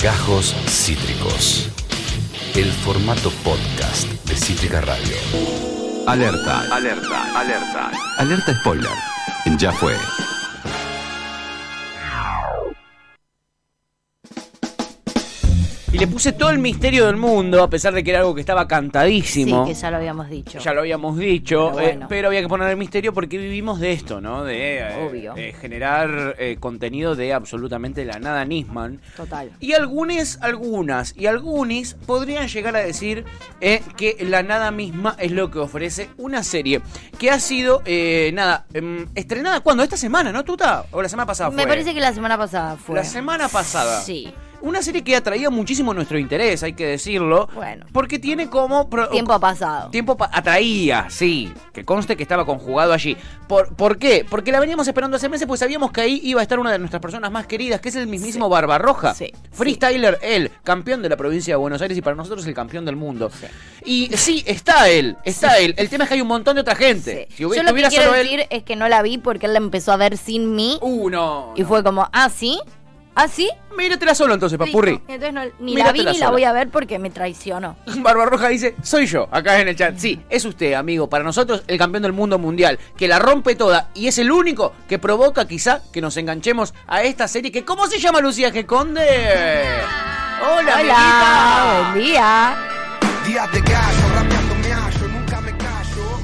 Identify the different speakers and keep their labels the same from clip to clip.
Speaker 1: Gajos Cítricos. El formato podcast de Cítrica Radio.
Speaker 2: Alerta, alerta, alerta. Alerta spoiler. En Ya fue.
Speaker 3: Y le puse todo el misterio del mundo, a pesar de que era algo que estaba
Speaker 4: Sí,
Speaker 3: cantadísimo.
Speaker 4: que ya lo habíamos dicho.
Speaker 3: Ya lo habíamos dicho,
Speaker 4: Pero
Speaker 3: eh,
Speaker 4: bueno.
Speaker 3: pero había que poner el misterio porque vivimos de esto, ¿no? De, eh,
Speaker 4: Obvio.
Speaker 3: eh, generar eh, contenido de absolutamente la nada Nisman.
Speaker 4: Total.
Speaker 3: Y algunas, algunas y algunos podrían llegar a decir eh, que la nada misma es lo que ofrece una serie que ha sido, eh, nada, em, estrenada cuando, esta semana, ¿no, Tuta? O la semana pasada
Speaker 4: Me
Speaker 3: fue.
Speaker 4: parece que la semana pasada fue.
Speaker 3: La semana pasada.
Speaker 4: Sí.
Speaker 3: Una serie que atraía muchísimo nuestro interés, hay que decirlo.
Speaker 4: Bueno.
Speaker 3: Porque tiene como. pro-
Speaker 4: Tiempo pasado.
Speaker 3: Tiempo pa- atraía, sí. Que conste que estaba conjugado allí. ¿Por, ¿Por qué? Porque la veníamos esperando hace meses, pues sabíamos que ahí iba a estar una de nuestras personas más queridas, que es el mismísimo Barbarroja.
Speaker 4: Sí,
Speaker 3: Freestyler, él, campeón de la provincia de Buenos Aires y para nosotros el campeón del mundo. Y sí, está él, está él. El tema es que hay un montón de otra gente.
Speaker 4: Sí.
Speaker 3: Si
Speaker 4: Yo
Speaker 3: hubiera,
Speaker 4: lo que
Speaker 3: estuviera
Speaker 4: quiero
Speaker 3: solo
Speaker 4: decir
Speaker 3: él. Uh,
Speaker 4: es que no la vi porque él la empezó a ver sin mí
Speaker 3: Uno.
Speaker 4: y fue como, ah, sí, ah, sí.
Speaker 3: Míratela solo entonces, papurri.
Speaker 4: Listo. Entonces no- ni la
Speaker 3: Míratela
Speaker 4: vi ni la
Speaker 3: sola.
Speaker 4: voy a ver porque me traicionó.
Speaker 3: Barbarroja dice, soy yo, acá en el chat. Sí, es usted, amigo. Para nosotros, el campeón del mundo mundial, que la rompe toda y es el único que provoca quizá que nos enganchemos a esta serie que, ¿cómo se llama Lucía que Conde? Hola, amiguita.
Speaker 4: Hola, buen día.
Speaker 5: Días de gallo, rapeando me hallo, nunca me callo.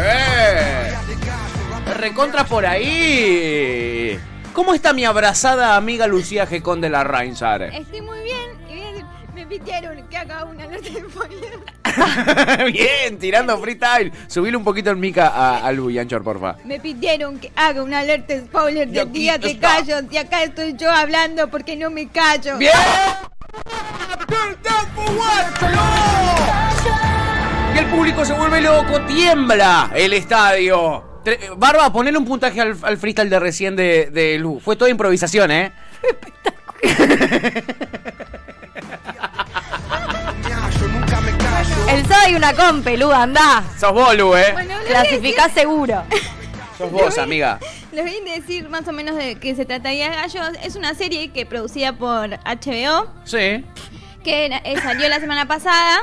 Speaker 3: Eh,
Speaker 5: Días de gallo, rapeando
Speaker 3: recontra por ahí. ¿Cómo está mi abrazada amiga Lucía G. Conde la Rainsar?
Speaker 6: Estoy muy bien. y voy a decir, Me pitearon que haga una alerta de spoiler.
Speaker 3: Bien, tirando freestyle. Subile un poquito el mica a, a Lu y Anchor, porfa.
Speaker 6: Me pidieron que haga una alerta de spoiler
Speaker 3: Y
Speaker 6: de
Speaker 3: aquí
Speaker 6: día te
Speaker 3: está.
Speaker 6: callo. Y acá estoy yo hablando porque no me callo.
Speaker 3: ¡Bien! Y el público se vuelve loco, tiembla el estadio. Tre- Barba, ponle un puntaje al, al freestyle de recién de, de Lu. Fue toda improvisación, ¿eh?
Speaker 5: me hallo, nunca me callo.
Speaker 4: El sábado hay una compe, Lu, andá.
Speaker 3: Sos vos, Lu, ¿eh?
Speaker 6: Bueno, les voy a
Speaker 4: Clasificá seguro.
Speaker 3: Sos vos, amiga.
Speaker 6: Les voy a decir más o menos de qué se trata Día de Gallos. Es una serie que producida por HBO,
Speaker 3: Sí.
Speaker 6: que era- eh, salió la semana pasada.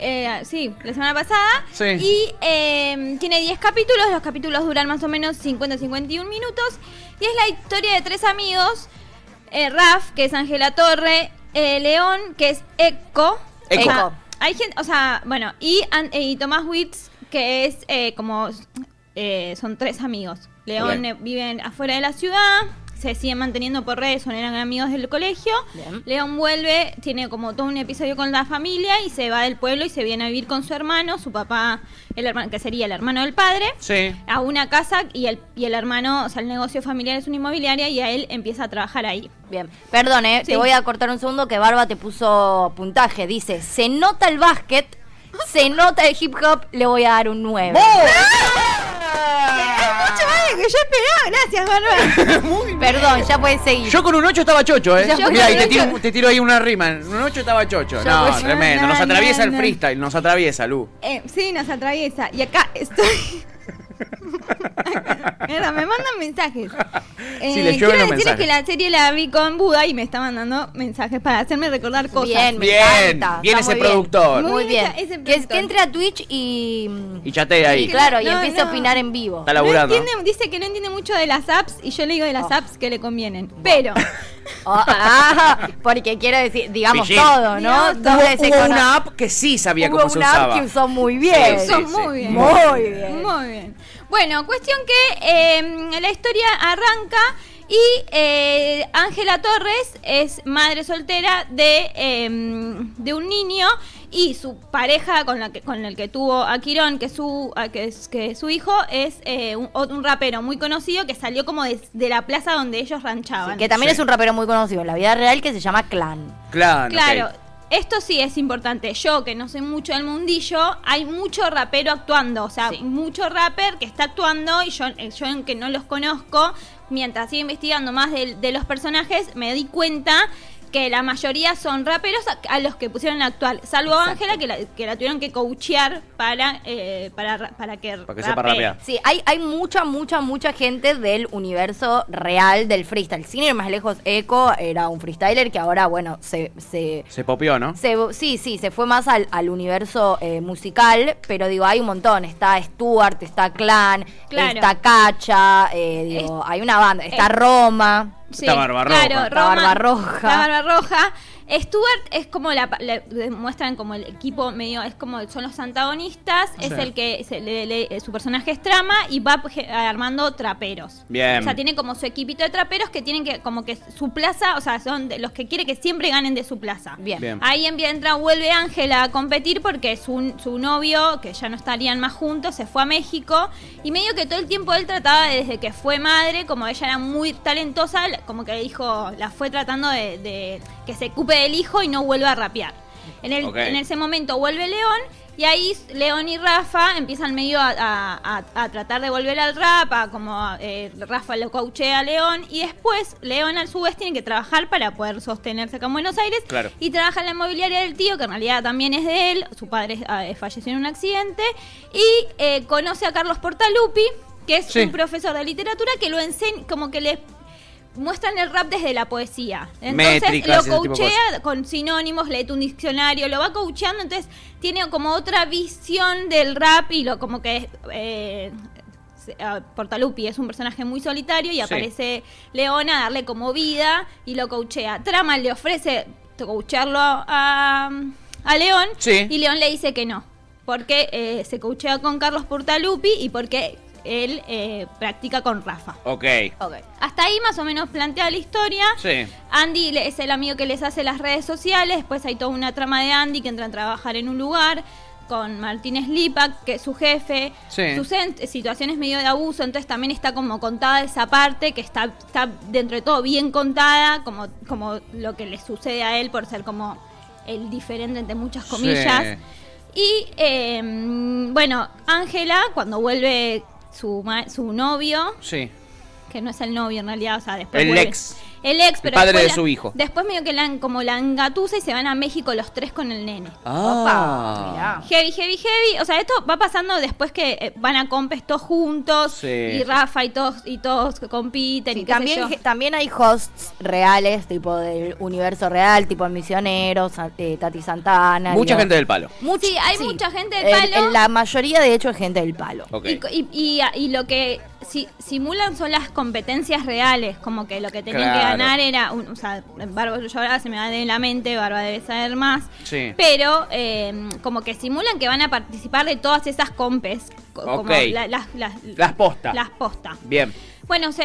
Speaker 6: Eh, sí, la semana pasada.
Speaker 3: Sí.
Speaker 6: Y eh, tiene 10 capítulos. Los capítulos duran más o menos 50-51 minutos. Y es la historia de tres amigos. eh, Raf, que es Ángela Torre. eh, León, que es Eco.
Speaker 3: Eco.
Speaker 6: O sea, hay gente, o sea, bueno, y, An- y Tomás Witz, que es eh, como... eh, son tres amigos. León
Speaker 3: Ok.
Speaker 6: eh, viven afuera de la ciudad, se siguen manteniendo por redes, son eran amigos del colegio.
Speaker 4: Bien.
Speaker 6: León vuelve, tiene como todo un episodio con la familia y se va del pueblo y se viene a vivir con su hermano, su papá, el hermano que sería el hermano del padre,
Speaker 3: Sí.
Speaker 6: a una casa y el, y el hermano, o sea, el negocio familiar es una inmobiliaria y a él empieza a trabajar ahí.
Speaker 4: Bien, perdón, eh, te
Speaker 6: Sí.
Speaker 4: voy a cortar un segundo que Barba te puso puntaje. Dice, se nota el básquet, se nota el hip hop, le voy a dar un 9.
Speaker 6: Mucho más de lo que yo esperaba, gracias, Bárbara.
Speaker 4: Perdón, ya puedes seguir.
Speaker 3: Yo con un 8 estaba chocho, ¿eh?
Speaker 4: Yo con
Speaker 3: Mira,
Speaker 4: un
Speaker 3: y te
Speaker 4: ocho-
Speaker 3: tiro, te tiro ahí una rima. En Un 8 estaba chocho.
Speaker 4: Yo pues,
Speaker 3: No,
Speaker 4: con-
Speaker 3: tremendo. Nos
Speaker 6: No,
Speaker 3: atraviesa
Speaker 6: no,
Speaker 3: el
Speaker 6: no.
Speaker 3: freestyle, nos atraviesa, Lu.
Speaker 6: Eh, sí, nos atraviesa. Y acá estoy. Mierda, me mandan mensajes.
Speaker 3: Sí,
Speaker 4: Eh,
Speaker 3: le llueven
Speaker 6: Eh, quiero
Speaker 3: los
Speaker 6: decirles
Speaker 3: mensajes.
Speaker 6: que la serie la vi con Buda y me está mandando mensajes para hacerme recordar cosas.
Speaker 4: Bien, me
Speaker 3: Bien,
Speaker 4: encanta.
Speaker 3: bien
Speaker 4: está
Speaker 3: ese
Speaker 4: muy bien.
Speaker 3: productor.
Speaker 4: Muy
Speaker 6: Muy bien
Speaker 4: bien.
Speaker 6: ese- ese
Speaker 4: Que, es- que
Speaker 6: productor.
Speaker 4: entre a Twitch y.
Speaker 3: Y chatea ahí.
Speaker 4: y claro, y
Speaker 6: No,
Speaker 4: empiece a
Speaker 6: no.
Speaker 4: opinar en vivo.
Speaker 3: Está
Speaker 6: No
Speaker 3: laburando.
Speaker 6: entiende- dice que no entiende mucho de las apps y yo le digo de las
Speaker 4: Oh.
Speaker 6: apps que le convienen. Pero
Speaker 4: Oh, ah, porque quiero decir, digamos
Speaker 3: Pichín.
Speaker 4: todo, ¿no?
Speaker 6: Digamos
Speaker 4: Dos
Speaker 3: Hubo,
Speaker 4: veces
Speaker 3: hubo
Speaker 4: con-
Speaker 3: una app que sí sabía
Speaker 4: hubo
Speaker 3: cómo se
Speaker 4: una app
Speaker 3: usaba.
Speaker 4: que usó muy bien.
Speaker 3: Sí,
Speaker 6: son
Speaker 3: sí.
Speaker 6: muy bien.
Speaker 4: Muy bien.
Speaker 6: Muy bien. Bueno, cuestión que eh, la historia arranca y eh, Ángela Torres es madre soltera de, eh, de un niño y su pareja con la que, con el que tuvo a Quirón, que su, a- que es, que su hijo es eh, un, un rapero muy conocido que salió como de, de la plaza donde ellos ranchaban.
Speaker 4: Que también
Speaker 3: Sí.
Speaker 4: es un rapero muy conocido en la vida real que se llama Clan.
Speaker 3: Claro.
Speaker 6: Claro,
Speaker 3: Ah, ok.
Speaker 6: esto sí es importante. Yo, que no soy mucho del mundillo, hay mucho rapero actuando. O sea, mucho rapper que está actuando y yo, eh, yo que no los conozco, mientras sigo investigando más del- de, los personajes, me di cuenta que la mayoría son raperos a, a los que pusieron la actual, salvo Ángela que la, que la tuvieron que coachear para, eh, para, ra- para que
Speaker 3: Para que sepa
Speaker 6: rapee.
Speaker 3: rapear.
Speaker 4: Sí, hay, hay mucha, mucha, mucha gente del universo real del freestyle. Sin ir más lejos, Echo era un freestyler que ahora, bueno, se... se
Speaker 3: Se popió, ¿no?
Speaker 4: se- sí, sí, se fue más al, al universo eh, musical, pero digo, hay un montón. Está Stuart, está Clan,
Speaker 6: Claro.
Speaker 4: está Cacha, eh, digo, hay una banda. Está
Speaker 6: eh.
Speaker 4: Roma.
Speaker 6: Sí,
Speaker 3: Está Barbarroja.
Speaker 6: Claro,
Speaker 4: Está
Speaker 6: Roma,
Speaker 4: Barbarroja.
Speaker 6: está Barbarroja. Stuart es como la, la- muestran como el equipo medio es como son los antagonistas es
Speaker 3: Sí.
Speaker 6: el que se le- le- eh, su personaje es trama y va ge- armando traperos
Speaker 3: Bien.
Speaker 6: o sea tiene como su equipito de traperos que tienen que como que su plaza o sea son de los que quiere que siempre ganen de su plaza
Speaker 4: Bien.
Speaker 3: Bien.
Speaker 6: Ahí envi- entra, vuelve Ángela a competir porque su, su novio, que ya no estarían más juntos, se fue a México. Y medio que todo el tiempo él trataba, de- desde que fue madre, como ella era muy talentosa, l- como que dijo, la fue tratando de, de que se ocupe del hijo y no vuelva a rapear. En, el-
Speaker 3: Ok.
Speaker 6: en ese momento vuelve León. Y ahí León y Rafa empiezan medio a, a- a- a tratar de volver al rap, a como eh, Rafa lo coachea a León. Y después León al su vez tiene que trabajar para poder sostenerse acá en Buenos Aires.
Speaker 3: Claro.
Speaker 6: Y trabaja en la inmobiliaria del tío, que en realidad también es de él. Su padre eh, falleció en un accidente. Y eh, conoce a Carlos Portalupi, que es
Speaker 3: Sí.
Speaker 6: un profesor de literatura que lo enseña, como que le muestran el rap desde la poesía. Entonces
Speaker 3: Métricas y ese tipo
Speaker 6: lo
Speaker 3: de
Speaker 6: coachea con sinónimos, lee un diccionario, lo va coacheando, entonces tiene como otra visión del rap y lo como que es, eh, se- ah, Portalupi es un personaje muy solitario y aparece Leona a darle como vida y lo coachea. Trama le ofrece coachearlo a, a León
Speaker 3: Sí.
Speaker 6: y León le dice que no, porque eh, se coachea con Carlos Portalupi y porque él eh, practica con Rafa.
Speaker 3: Ok.
Speaker 4: Ok.
Speaker 6: Hasta ahí más o menos plantea la historia.
Speaker 3: Sí.
Speaker 6: Andy le- es el amigo que les hace las redes sociales, después hay toda una trama de Andy que entra a trabajar en un lugar con Martínez Lipak, que es su jefe,
Speaker 3: Sí.
Speaker 6: sus en- situaciones medio de abuso, entonces también está como contada esa parte, que está, está dentro de todo bien contada, como, como lo que le sucede a él por ser como el diferente entre muchas comillas.
Speaker 3: Sí.
Speaker 6: Y eh, bueno, Ángela, cuando vuelve su, ma- su novio,
Speaker 3: Sí.
Speaker 6: que no es el novio en realidad, o sea, después
Speaker 3: El
Speaker 6: vuelve-
Speaker 3: ex.
Speaker 6: El ex, pero
Speaker 3: padre
Speaker 6: después
Speaker 3: de su hijo.
Speaker 6: Después medio que la, como la engatusa y se van a México los tres con el nene.
Speaker 4: Opa,
Speaker 3: Ah.
Speaker 4: mirá.
Speaker 6: Heavy, heavy, heavy. O sea, esto va pasando después que eh, van a compes todos juntos
Speaker 3: Sí.
Speaker 6: y Rafa y todos y todos compiten
Speaker 4: Sí,
Speaker 6: y qué sé
Speaker 4: también,
Speaker 6: yo.
Speaker 4: ge- también hay hosts reales, tipo del universo real, tipo Misioneros, Sa- eh, Tati Santana.
Speaker 3: Mucha
Speaker 4: digo.
Speaker 3: gente del palo.
Speaker 4: Mucha-
Speaker 6: Sí, hay mucha gente del
Speaker 4: El-
Speaker 6: palo.
Speaker 4: el- la mayoría, de hecho, es gente del palo.
Speaker 3: Ok.
Speaker 6: Y co- Y, y- y lo que si- simulan son las competencias reales, como que lo que tenían que
Speaker 3: Claro.
Speaker 6: ganar era, un- o sea, Barba, yo ahora se me va de la mente, Barba debe saber más,
Speaker 3: Sí.
Speaker 6: pero eh, como que simulan que van a participar de todas esas compes, co-
Speaker 3: Ok.
Speaker 6: como la- las, las,
Speaker 3: Las postas.
Speaker 6: las postas.
Speaker 3: Bien.
Speaker 6: Bueno, se,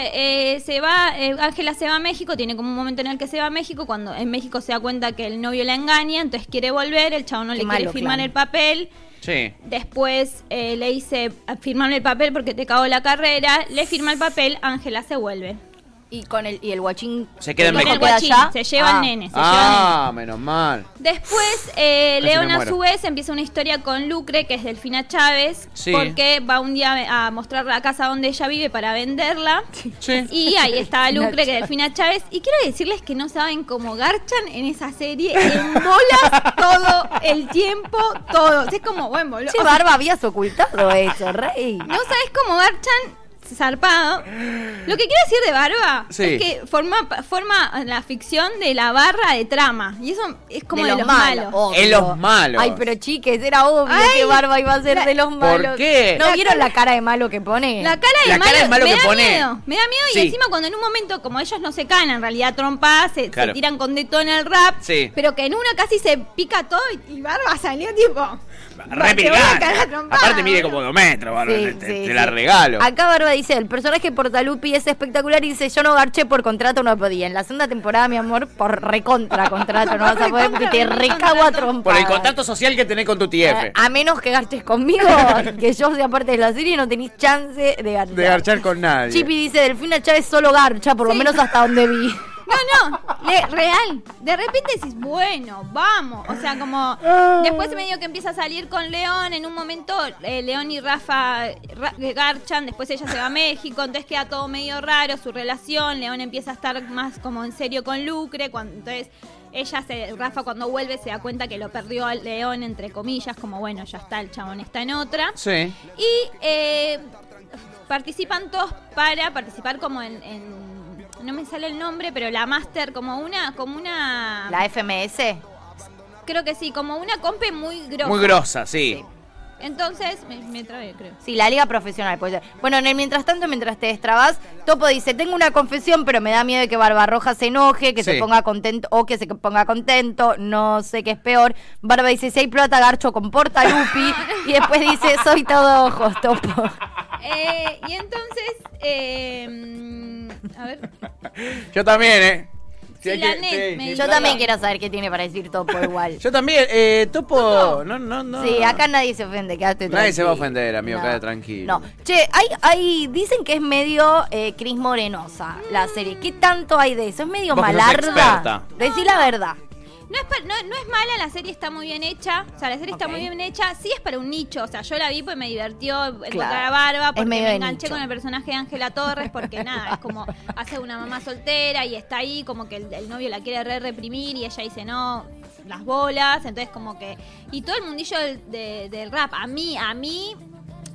Speaker 6: eh, se va, eh, Ángela se va a México, tiene como un momento en el que se va a México, cuando en México se da cuenta que el novio la engaña, entonces quiere volver, el chavo no
Speaker 4: Qué
Speaker 6: le
Speaker 4: malo,
Speaker 6: quiere firmar
Speaker 4: Clan.
Speaker 6: el papel.
Speaker 3: Sí.
Speaker 6: Después eh, le dice, firmame el papel porque te cago la carrera. Le firma el papel, Ángela se vuelve.
Speaker 4: Y con el y el guachín.
Speaker 3: Se queda en
Speaker 4: ¿cómo
Speaker 6: Con el
Speaker 3: México.
Speaker 6: guachín,
Speaker 4: allá?
Speaker 6: se lleva
Speaker 4: Ah.
Speaker 6: el nene. Se lleva al nene.
Speaker 3: Ah, menos mal.
Speaker 6: Después, eh,
Speaker 3: Casi
Speaker 6: León
Speaker 3: me
Speaker 6: a
Speaker 3: muero.
Speaker 6: su vez empieza una historia con Lucre, que es Delfina Chávez,
Speaker 3: Sí.
Speaker 6: porque va un día a mostrar la casa donde ella vive para venderla.
Speaker 3: Sí.
Speaker 6: Y ahí está
Speaker 4: Delfina
Speaker 6: Lucre, que
Speaker 4: Chávez.
Speaker 6: Delfina Chávez. Y quiero decirles que no saben cómo garchan en esa serie, en bolas, todo el tiempo, todo. Es como, bueno, boludo.
Speaker 4: Che, Barba, habías ocultado eso, rey.
Speaker 6: No sabes cómo Garchan zarpado. Lo que quiero decir de Barba
Speaker 3: Sí.
Speaker 6: es que forma, forma la ficción de la barra de trama. Y eso es como de, los, malos.
Speaker 4: obvio.
Speaker 3: Es los malos.
Speaker 4: Ay, pero chiques, era obvio
Speaker 6: Ay,
Speaker 4: que Barba iba a ser
Speaker 6: la-
Speaker 4: de los malos.
Speaker 3: qué?
Speaker 4: ¿No
Speaker 6: La
Speaker 4: vieron la cara de malo que pone?
Speaker 6: La cara de
Speaker 3: La cara
Speaker 6: malo,
Speaker 3: de malo
Speaker 6: me
Speaker 3: que
Speaker 6: da
Speaker 3: pone.
Speaker 6: miedo. Me da miedo
Speaker 3: Sí.
Speaker 6: y encima cuando en un momento, como ellos no se caen, en realidad trompadas, se, se
Speaker 3: Claro.
Speaker 6: tiran con detona el rap.
Speaker 3: Sí.
Speaker 6: Pero que en una casi se pica todo y, y Barba salió tipo... "Te voy a
Speaker 3: Repilgar.
Speaker 6: cagar a trompadas,
Speaker 3: Aparte mide
Speaker 6: boludo".
Speaker 3: como dos metros, bárbaro,
Speaker 4: Sí,
Speaker 3: te, te-
Speaker 4: sí,
Speaker 3: te la
Speaker 4: sí.
Speaker 3: regalo.
Speaker 4: Acá Barba dice, el personaje Portalupi es espectacular y dice, yo no garché por contrato, no podía. En la segunda temporada, mi amor, por recontra contrato no vas a poder porque te
Speaker 6: Recontra
Speaker 4: recago a
Speaker 6: contrato.
Speaker 4: trompar.
Speaker 3: Por el contacto social que tenés con tu TF.
Speaker 4: Eh, A, a menos que garches conmigo, que yo sea parte de la serie, no tenéis chance de garchar.
Speaker 3: De garchar con nadie.
Speaker 4: Chipi dice, Delfina Chávez solo garcha, por lo menos hasta donde vi.
Speaker 6: No, no, le- real. De repente decís, bueno, vamos. O sea, como. Después medio que empieza a salir con León. En un momento, eh, León y Rafa Ra- garchan. Después ella se va a México. Entonces queda todo medio raro su relación. León empieza a estar más como en serio con Lucre. Cuando, entonces. Ella, se, Rafa, cuando vuelve, se da cuenta que lo perdió al León, entre comillas, como bueno, ya está, el chabón está en otra.
Speaker 3: Sí.
Speaker 6: Y eh, participan todos para participar como en, en- no me sale el nombre, pero la master como una como una
Speaker 4: La FMS.
Speaker 6: creo que sí, como una compe muy grosa.
Speaker 3: Muy grosa, sí.
Speaker 6: Sí. Entonces me, me trabé, creo.
Speaker 4: Sí, la liga profesional puede ser. Bueno, en el mientras tanto, mientras te destrabas, Topo dice, tengo una confesión, pero me da miedo de que Barbarroja se enoje, que
Speaker 3: Sí.
Speaker 4: se ponga contento, o que se ponga contento, no sé qué es peor. Barba dice, si hay plata, Garcho comporta Lupi. y después dice, soy todo ojos, Topo.
Speaker 6: Eh, y entonces eh, mm, a ver,
Speaker 3: Yo también, ¿eh?
Speaker 6: Sí,
Speaker 3: hay
Speaker 6: la net, me-
Speaker 4: Yo también quiero saber qué tiene para decir Topo igual.
Speaker 3: Yo también, eh, Topo. No, no, no.
Speaker 4: Sí, acá nadie se ofende, quédate
Speaker 3: Nadie
Speaker 4: tranquilo.
Speaker 3: se va a ofender, amigo, quédate tranquilo.
Speaker 4: No. Che, hay, hay, dicen que es medio eh, Cris Morenosa la serie. ¿Qué tanto hay de eso? ¿Es medio
Speaker 3: Vos que sos experta.
Speaker 4: malarda? Decí la verdad.
Speaker 6: no es, pa- no, no es mala, la serie está muy bien hecha. O sea, la serie está
Speaker 4: Ok.
Speaker 6: muy bien hecha. Sí es para un nicho. O sea, yo la vi pues me divirtió encontrar
Speaker 4: Claro.
Speaker 6: a Barba
Speaker 4: Es
Speaker 6: porque
Speaker 4: medio
Speaker 6: me
Speaker 4: de
Speaker 6: enganché
Speaker 4: nicho.
Speaker 6: con el personaje de Ángela Torres porque nada, es como hace una mamá soltera y está ahí como que el, el novio la quiere re reprimir y ella dice no, las bolas. Entonces como que... Y todo el mundillo del, de- del rap, a mí, a mí...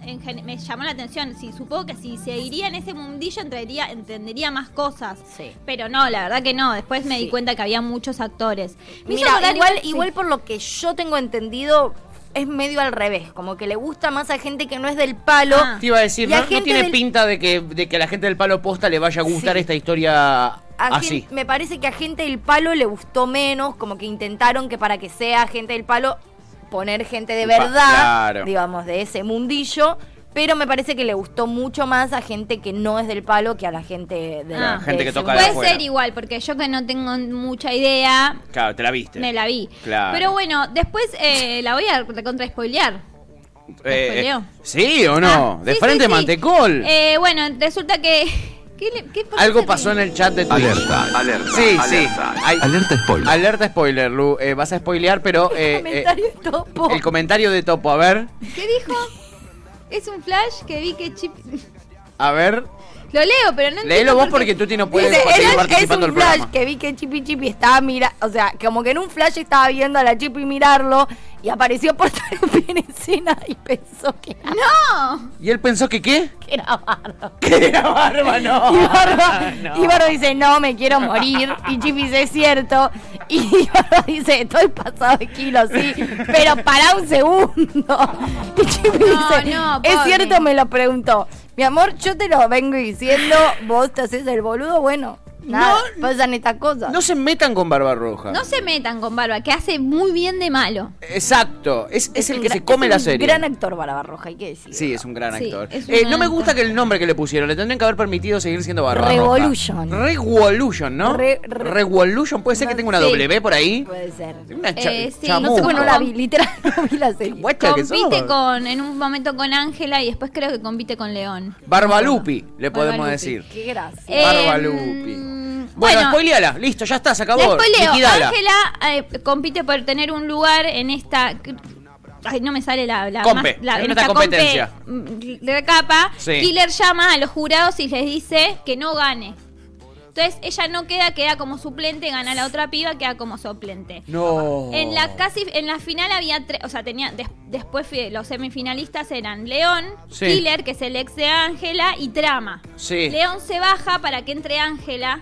Speaker 6: en gen- me llamó la atención, sí, supongo que si seguiría en ese mundillo entraría, entendería más cosas.
Speaker 4: Sí.
Speaker 6: Pero no, la verdad que no. Después me
Speaker 4: Sí.
Speaker 6: di cuenta que había muchos actores. Me hizo
Speaker 4: Mira,
Speaker 6: acordar
Speaker 4: igual,
Speaker 6: sí.
Speaker 4: igual por lo que yo tengo entendido, es medio al revés. Como que le gusta más a gente que no es del palo.
Speaker 6: Ah.
Speaker 3: Te iba a decir,
Speaker 4: Y a
Speaker 3: no, no
Speaker 4: gente
Speaker 3: tiene
Speaker 4: del-
Speaker 3: pinta de que, de que a la gente del palo posta le vaya a gustar
Speaker 4: Sí.
Speaker 3: esta historia
Speaker 4: A
Speaker 3: así.
Speaker 4: gen- me parece que a gente del palo le gustó menos, como que intentaron que para que sea gente del palo poner gente de
Speaker 3: Pa-
Speaker 4: verdad,
Speaker 3: claro.
Speaker 4: digamos, de ese mundillo, pero me parece que le gustó mucho más a gente que no es del palo que a la gente de
Speaker 6: Ah.
Speaker 4: de
Speaker 3: Gente que
Speaker 4: ese
Speaker 3: toca de
Speaker 6: Puede
Speaker 4: mundillo.
Speaker 3: afuera.
Speaker 6: ser igual, porque yo que no tengo mucha idea,
Speaker 3: Claro, te la viste.
Speaker 6: me la vi.
Speaker 3: Claro.
Speaker 6: Pero bueno, después eh, la voy a recontra spoilear.
Speaker 3: Eh,
Speaker 6: spoileo.
Speaker 3: eh, ¿Sí o no?
Speaker 6: Ah,
Speaker 3: de
Speaker 6: sí,
Speaker 3: frente
Speaker 6: sí, sí.
Speaker 3: mantecol.
Speaker 6: Eh, bueno, resulta que. ¿qué le- qué- por qué
Speaker 3: Algo
Speaker 6: se
Speaker 3: pasó en
Speaker 6: ríen?
Speaker 3: el chat de Twitch.
Speaker 2: Alerta. Alerta.
Speaker 3: Sí, sí.
Speaker 2: Alerta.
Speaker 3: Ay.
Speaker 2: Alerta spoiler.
Speaker 3: Alerta spoiler, Lu. Eh, vas a spoilear, pero. eh, eh,
Speaker 4: Comentario topo.
Speaker 3: el comentario de Topo, a ver.
Speaker 6: ¿Qué dijo? Es un flash que vi que Chip.
Speaker 3: A ver.
Speaker 6: Lo leo, pero no
Speaker 3: Léelo
Speaker 6: entiendo
Speaker 3: vos
Speaker 6: por qué.
Speaker 3: porque tú no puedes
Speaker 4: Dice,
Speaker 3: seguir
Speaker 4: "Era- es
Speaker 3: participando
Speaker 4: un
Speaker 3: del
Speaker 4: flash
Speaker 3: programa.
Speaker 4: que vi que Chipi Chipi estaba mira, o sea, como que en un flash estaba viendo a la Chipi mirarlo y apareció por en escena y pensó que era,
Speaker 6: ¡No!
Speaker 3: ¿Y él pensó que qué?
Speaker 4: que era Bardo.
Speaker 3: Que era barba, no.
Speaker 4: Y Barba,
Speaker 3: No.
Speaker 4: y Barba dice, no, me quiero morir. Y Chippy dice, es cierto. Y Barba dice, estoy pasado de kilos, sí. Pero para un segundo. Y Chippy
Speaker 6: No,
Speaker 4: dice,
Speaker 6: no,
Speaker 4: es
Speaker 6: pobre.
Speaker 4: cierto, me lo preguntó. Mi amor, yo te lo vengo diciendo, vos te haces el boludo, bueno. Nada, pasan estas cosas.
Speaker 3: No se metan con Barba Roja.
Speaker 6: No se metan con Barba, que hace muy bien de malo.
Speaker 3: Exacto. Es, es el
Speaker 4: un
Speaker 3: que
Speaker 4: gra-
Speaker 3: se come
Speaker 4: es
Speaker 3: la
Speaker 4: un
Speaker 3: serie.
Speaker 4: gran actor Barbarroja, hay que decir.
Speaker 3: Sí, es un gran
Speaker 6: Sí,
Speaker 3: actor.
Speaker 6: es un
Speaker 3: Eh,
Speaker 6: gran
Speaker 3: no me
Speaker 6: actor.
Speaker 3: gusta que el nombre que le pusieron. Le tendrían que haber permitido seguir siendo Barba
Speaker 4: Revolution.
Speaker 3: Roja. Revolution, ¿no?
Speaker 4: Re- re-
Speaker 3: Revolution. Puede ser que
Speaker 4: No
Speaker 3: tenga una
Speaker 6: sé.
Speaker 3: W por ahí.
Speaker 4: Puede ser.
Speaker 3: Una cha-
Speaker 6: Eh, sí.
Speaker 4: No sé,
Speaker 3: chamuca.
Speaker 4: bueno, no la vi, literal, no vi la serie.
Speaker 3: Guacha que
Speaker 6: Compite
Speaker 3: sos.
Speaker 6: con, en un momento con Ángela y después creo que compite con León.
Speaker 3: Barbalupi, le podemos
Speaker 6: Barbalupi.
Speaker 3: decir.
Speaker 4: Qué gracia.
Speaker 3: Barbalupi.
Speaker 6: Em,
Speaker 3: Bueno,
Speaker 6: bueno.
Speaker 3: spoileala. Listo, ya está, se acabó.
Speaker 6: La spoileo.
Speaker 3: Liquidala.
Speaker 6: Ángela eh, compite por tener un lugar en esta. Ay, no me sale la. la,
Speaker 3: Compe,
Speaker 6: más- la-
Speaker 3: en esta competencia.
Speaker 6: compe, mm, de capa.
Speaker 3: Sí.
Speaker 6: Killer llama a los jurados y les dice que no gane. Entonces ella no queda, queda como suplente, gana la otra piba, queda como suplente.
Speaker 3: No.
Speaker 6: En la casi en la final había tres, o sea, tenía des- después fue- los semifinalistas eran León,
Speaker 3: Sí.
Speaker 6: Killer, que es el ex de Ángela y Trama.
Speaker 3: Sí.
Speaker 6: León se baja para que entre Ángela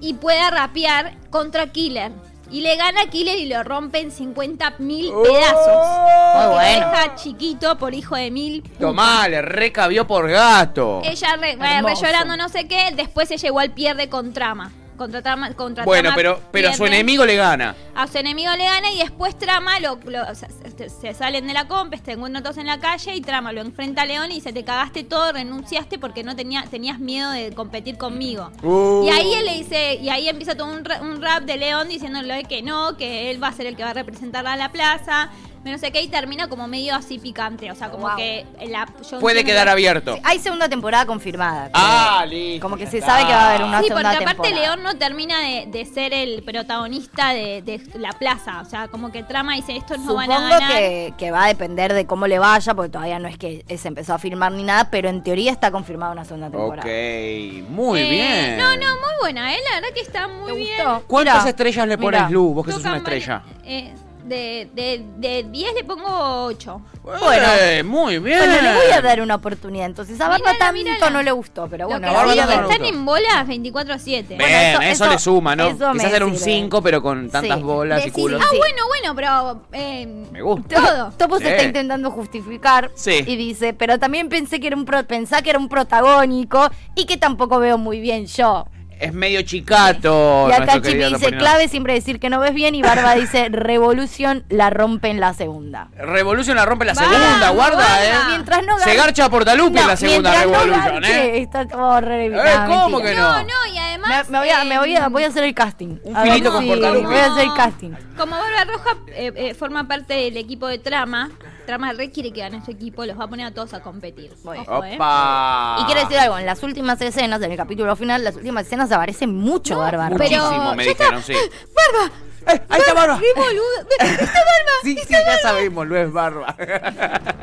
Speaker 6: y pueda rapear contra Killer. Y le gana a Killer y lo rompe en 50 mil pedazos.
Speaker 3: Oh.
Speaker 6: Porque
Speaker 4: bueno.
Speaker 6: deja chiquito por hijo de mil. putas.
Speaker 3: Tomá, le recabió por gato.
Speaker 6: Ella re, re-
Speaker 4: Hermoso.
Speaker 6: llorando no sé qué, después ella igual pierde con Trama. Contra Trama, contra
Speaker 3: Bueno,
Speaker 6: Trama
Speaker 3: pero, pero a su
Speaker 6: pierde
Speaker 3: enemigo le gana.
Speaker 6: a su enemigo le gana y después Trama lo, lo- o sea, se, se salen de la comp, se encuentran todos en la calle y Trama lo enfrenta a León y dice te cagaste todo, renunciaste porque no tenía, tenías miedo de competir conmigo.
Speaker 3: Uh.
Speaker 6: Y ahí él le dice, y ahí empieza todo un, ra- un rap de León diciéndole que no, que él va a ser el que va a representar a la plaza. no sé qué, y termina como medio así picante. O sea, como
Speaker 4: Wow.
Speaker 6: que la, yo
Speaker 3: Puede
Speaker 6: entiendo-
Speaker 3: quedar abierto.
Speaker 4: Hay segunda temporada confirmada. creo.
Speaker 3: Ah, listo.
Speaker 4: Como que
Speaker 3: ya
Speaker 4: se
Speaker 3: está.
Speaker 4: sabe que va a haber una
Speaker 6: Sí, porque
Speaker 4: segunda
Speaker 6: aparte
Speaker 4: temporada.
Speaker 6: León no termina de, de ser el protagonista de, de la plaza. O sea, como que trama y dice, estos no van a
Speaker 4: Supongo
Speaker 6: ganar.
Speaker 4: que, que va a depender de cómo le vaya, porque todavía no es que se empezó a filmar ni nada, pero en teoría está confirmada una segunda temporada.
Speaker 3: Ok, muy
Speaker 6: Eh,
Speaker 3: bien.
Speaker 6: No, no, muy buena, ¿eh? La verdad que está muy
Speaker 4: ¿Te
Speaker 6: bien.
Speaker 4: gustó?
Speaker 3: ¿Cuántas
Speaker 4: Mirá,
Speaker 3: estrellas le pones,
Speaker 4: mirá.
Speaker 3: Lu? Vos que sos
Speaker 6: Tocan
Speaker 3: una
Speaker 6: vari-
Speaker 3: estrella.
Speaker 6: eh, de, de, de 10 le pongo 8.
Speaker 3: Bueno, Eh, muy bien.
Speaker 4: Bueno, le voy a dar una oportunidad. Entonces, a Barba
Speaker 6: Mírala,
Speaker 4: tanto
Speaker 6: mírala.
Speaker 4: no le gustó, pero bueno,
Speaker 3: a
Speaker 4: la
Speaker 3: Barba
Speaker 4: voy a
Speaker 3: tanto
Speaker 4: ver.
Speaker 3: no le
Speaker 6: están
Speaker 3: gustó.
Speaker 6: en bolas 24-7.
Speaker 3: Bien,
Speaker 4: Bueno,
Speaker 3: eso,
Speaker 4: eso-
Speaker 3: le suma, ¿no?
Speaker 4: eso me
Speaker 3: Quizás era un
Speaker 4: sirve.
Speaker 3: 5, pero con tantas
Speaker 4: Sí.
Speaker 3: bolas y
Speaker 4: Decís,
Speaker 3: culos.
Speaker 4: ah,
Speaker 6: Ah,
Speaker 4: Sí.
Speaker 6: bueno, bueno, pero... eh,
Speaker 3: Me gusta.
Speaker 6: Todo.
Speaker 4: Topo
Speaker 3: Sí.
Speaker 4: se está intentando justificar
Speaker 3: Sí.
Speaker 4: y dice, pero también pensé que era un pro- pensá que era un protagónico y que tampoco veo muy bien yo.
Speaker 3: Es medio chicato.
Speaker 4: y acá
Speaker 3: nuestro
Speaker 4: Chipi
Speaker 3: querido
Speaker 4: dice,
Speaker 3: Topolino.
Speaker 4: clave siempre decir que no ves bien y Barba dice, revolución la rompe en la segunda.
Speaker 3: Revolución la rompe la
Speaker 6: Vamos,
Speaker 3: segunda, guarda,
Speaker 6: guarda.
Speaker 3: ¿eh?
Speaker 4: Mientras no
Speaker 3: Se
Speaker 4: gan-
Speaker 3: garcha a Portalupe en la segunda
Speaker 4: mientras no
Speaker 3: Revolución,
Speaker 4: ganche,
Speaker 3: ¿eh?
Speaker 4: Está todo re-
Speaker 3: Eh,
Speaker 4: nah,
Speaker 3: ¿cómo
Speaker 4: mentira.
Speaker 3: que
Speaker 6: No,
Speaker 3: no?
Speaker 6: no, y además...
Speaker 4: Me, me voy a, me voy a,
Speaker 6: eh,
Speaker 4: voy a hacer el casting.
Speaker 3: Un
Speaker 4: A ver,
Speaker 3: filito con
Speaker 4: sí,
Speaker 3: Portalupe.
Speaker 4: Voy a hacer el casting.
Speaker 6: Como Barba Roja eh, eh, forma parte del equipo de Trama, Trama requiere que gane su equipo, los va a poner a todos a competir.
Speaker 4: Muy bien.
Speaker 6: Ojo, eh.
Speaker 3: Opa.
Speaker 4: Y quiero decir algo, en las últimas escenas, en el capítulo final, las últimas escenas aparece mucho Barba Roja.
Speaker 6: pero-
Speaker 3: Muchísimo, me
Speaker 6: ya está.
Speaker 3: dijeron, sí.
Speaker 6: ¡Barba!
Speaker 3: ¡Eh, ahí está Barba!
Speaker 6: ¡Qué boludo! ¡Esta Barba!
Speaker 3: Sí, sí, ya sabemos, lo es Barba.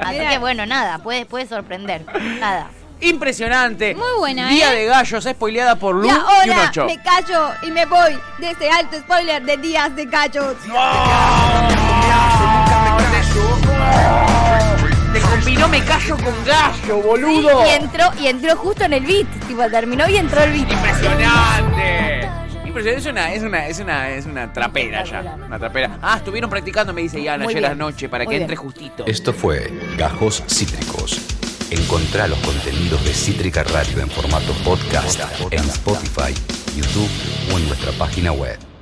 Speaker 4: Así que bueno, nada, puede, puede sorprender. Nada.
Speaker 3: Impresionante.
Speaker 6: Muy buena,
Speaker 3: Día
Speaker 6: ¿eh?
Speaker 3: de gallos, spoileada por Lu
Speaker 6: Y
Speaker 3: y, un
Speaker 6: ahora
Speaker 3: 8.
Speaker 6: me callo y me voy de este alto spoiler de Días de Gallos.
Speaker 3: Te combinó me callo con gallo,
Speaker 4: Sí,
Speaker 3: boludo.
Speaker 4: y entró, y entró justo en el beat. Tipo, terminó y entró el beat.
Speaker 3: Impresionante. Impresionante. Es una, es una, es una, es una trapera ya. Una trapera. Ah, estuvieron practicando, me dice Ian,
Speaker 4: Muy
Speaker 3: ayer a la
Speaker 4: bien.
Speaker 3: noche para
Speaker 4: Muy
Speaker 3: que entre
Speaker 4: bien.
Speaker 3: justito.
Speaker 1: Esto fue Gajos Cítricos. Encontrá los contenidos de Cítrica Radio en formato podcast en Spotify, YouTube o en nuestra página web.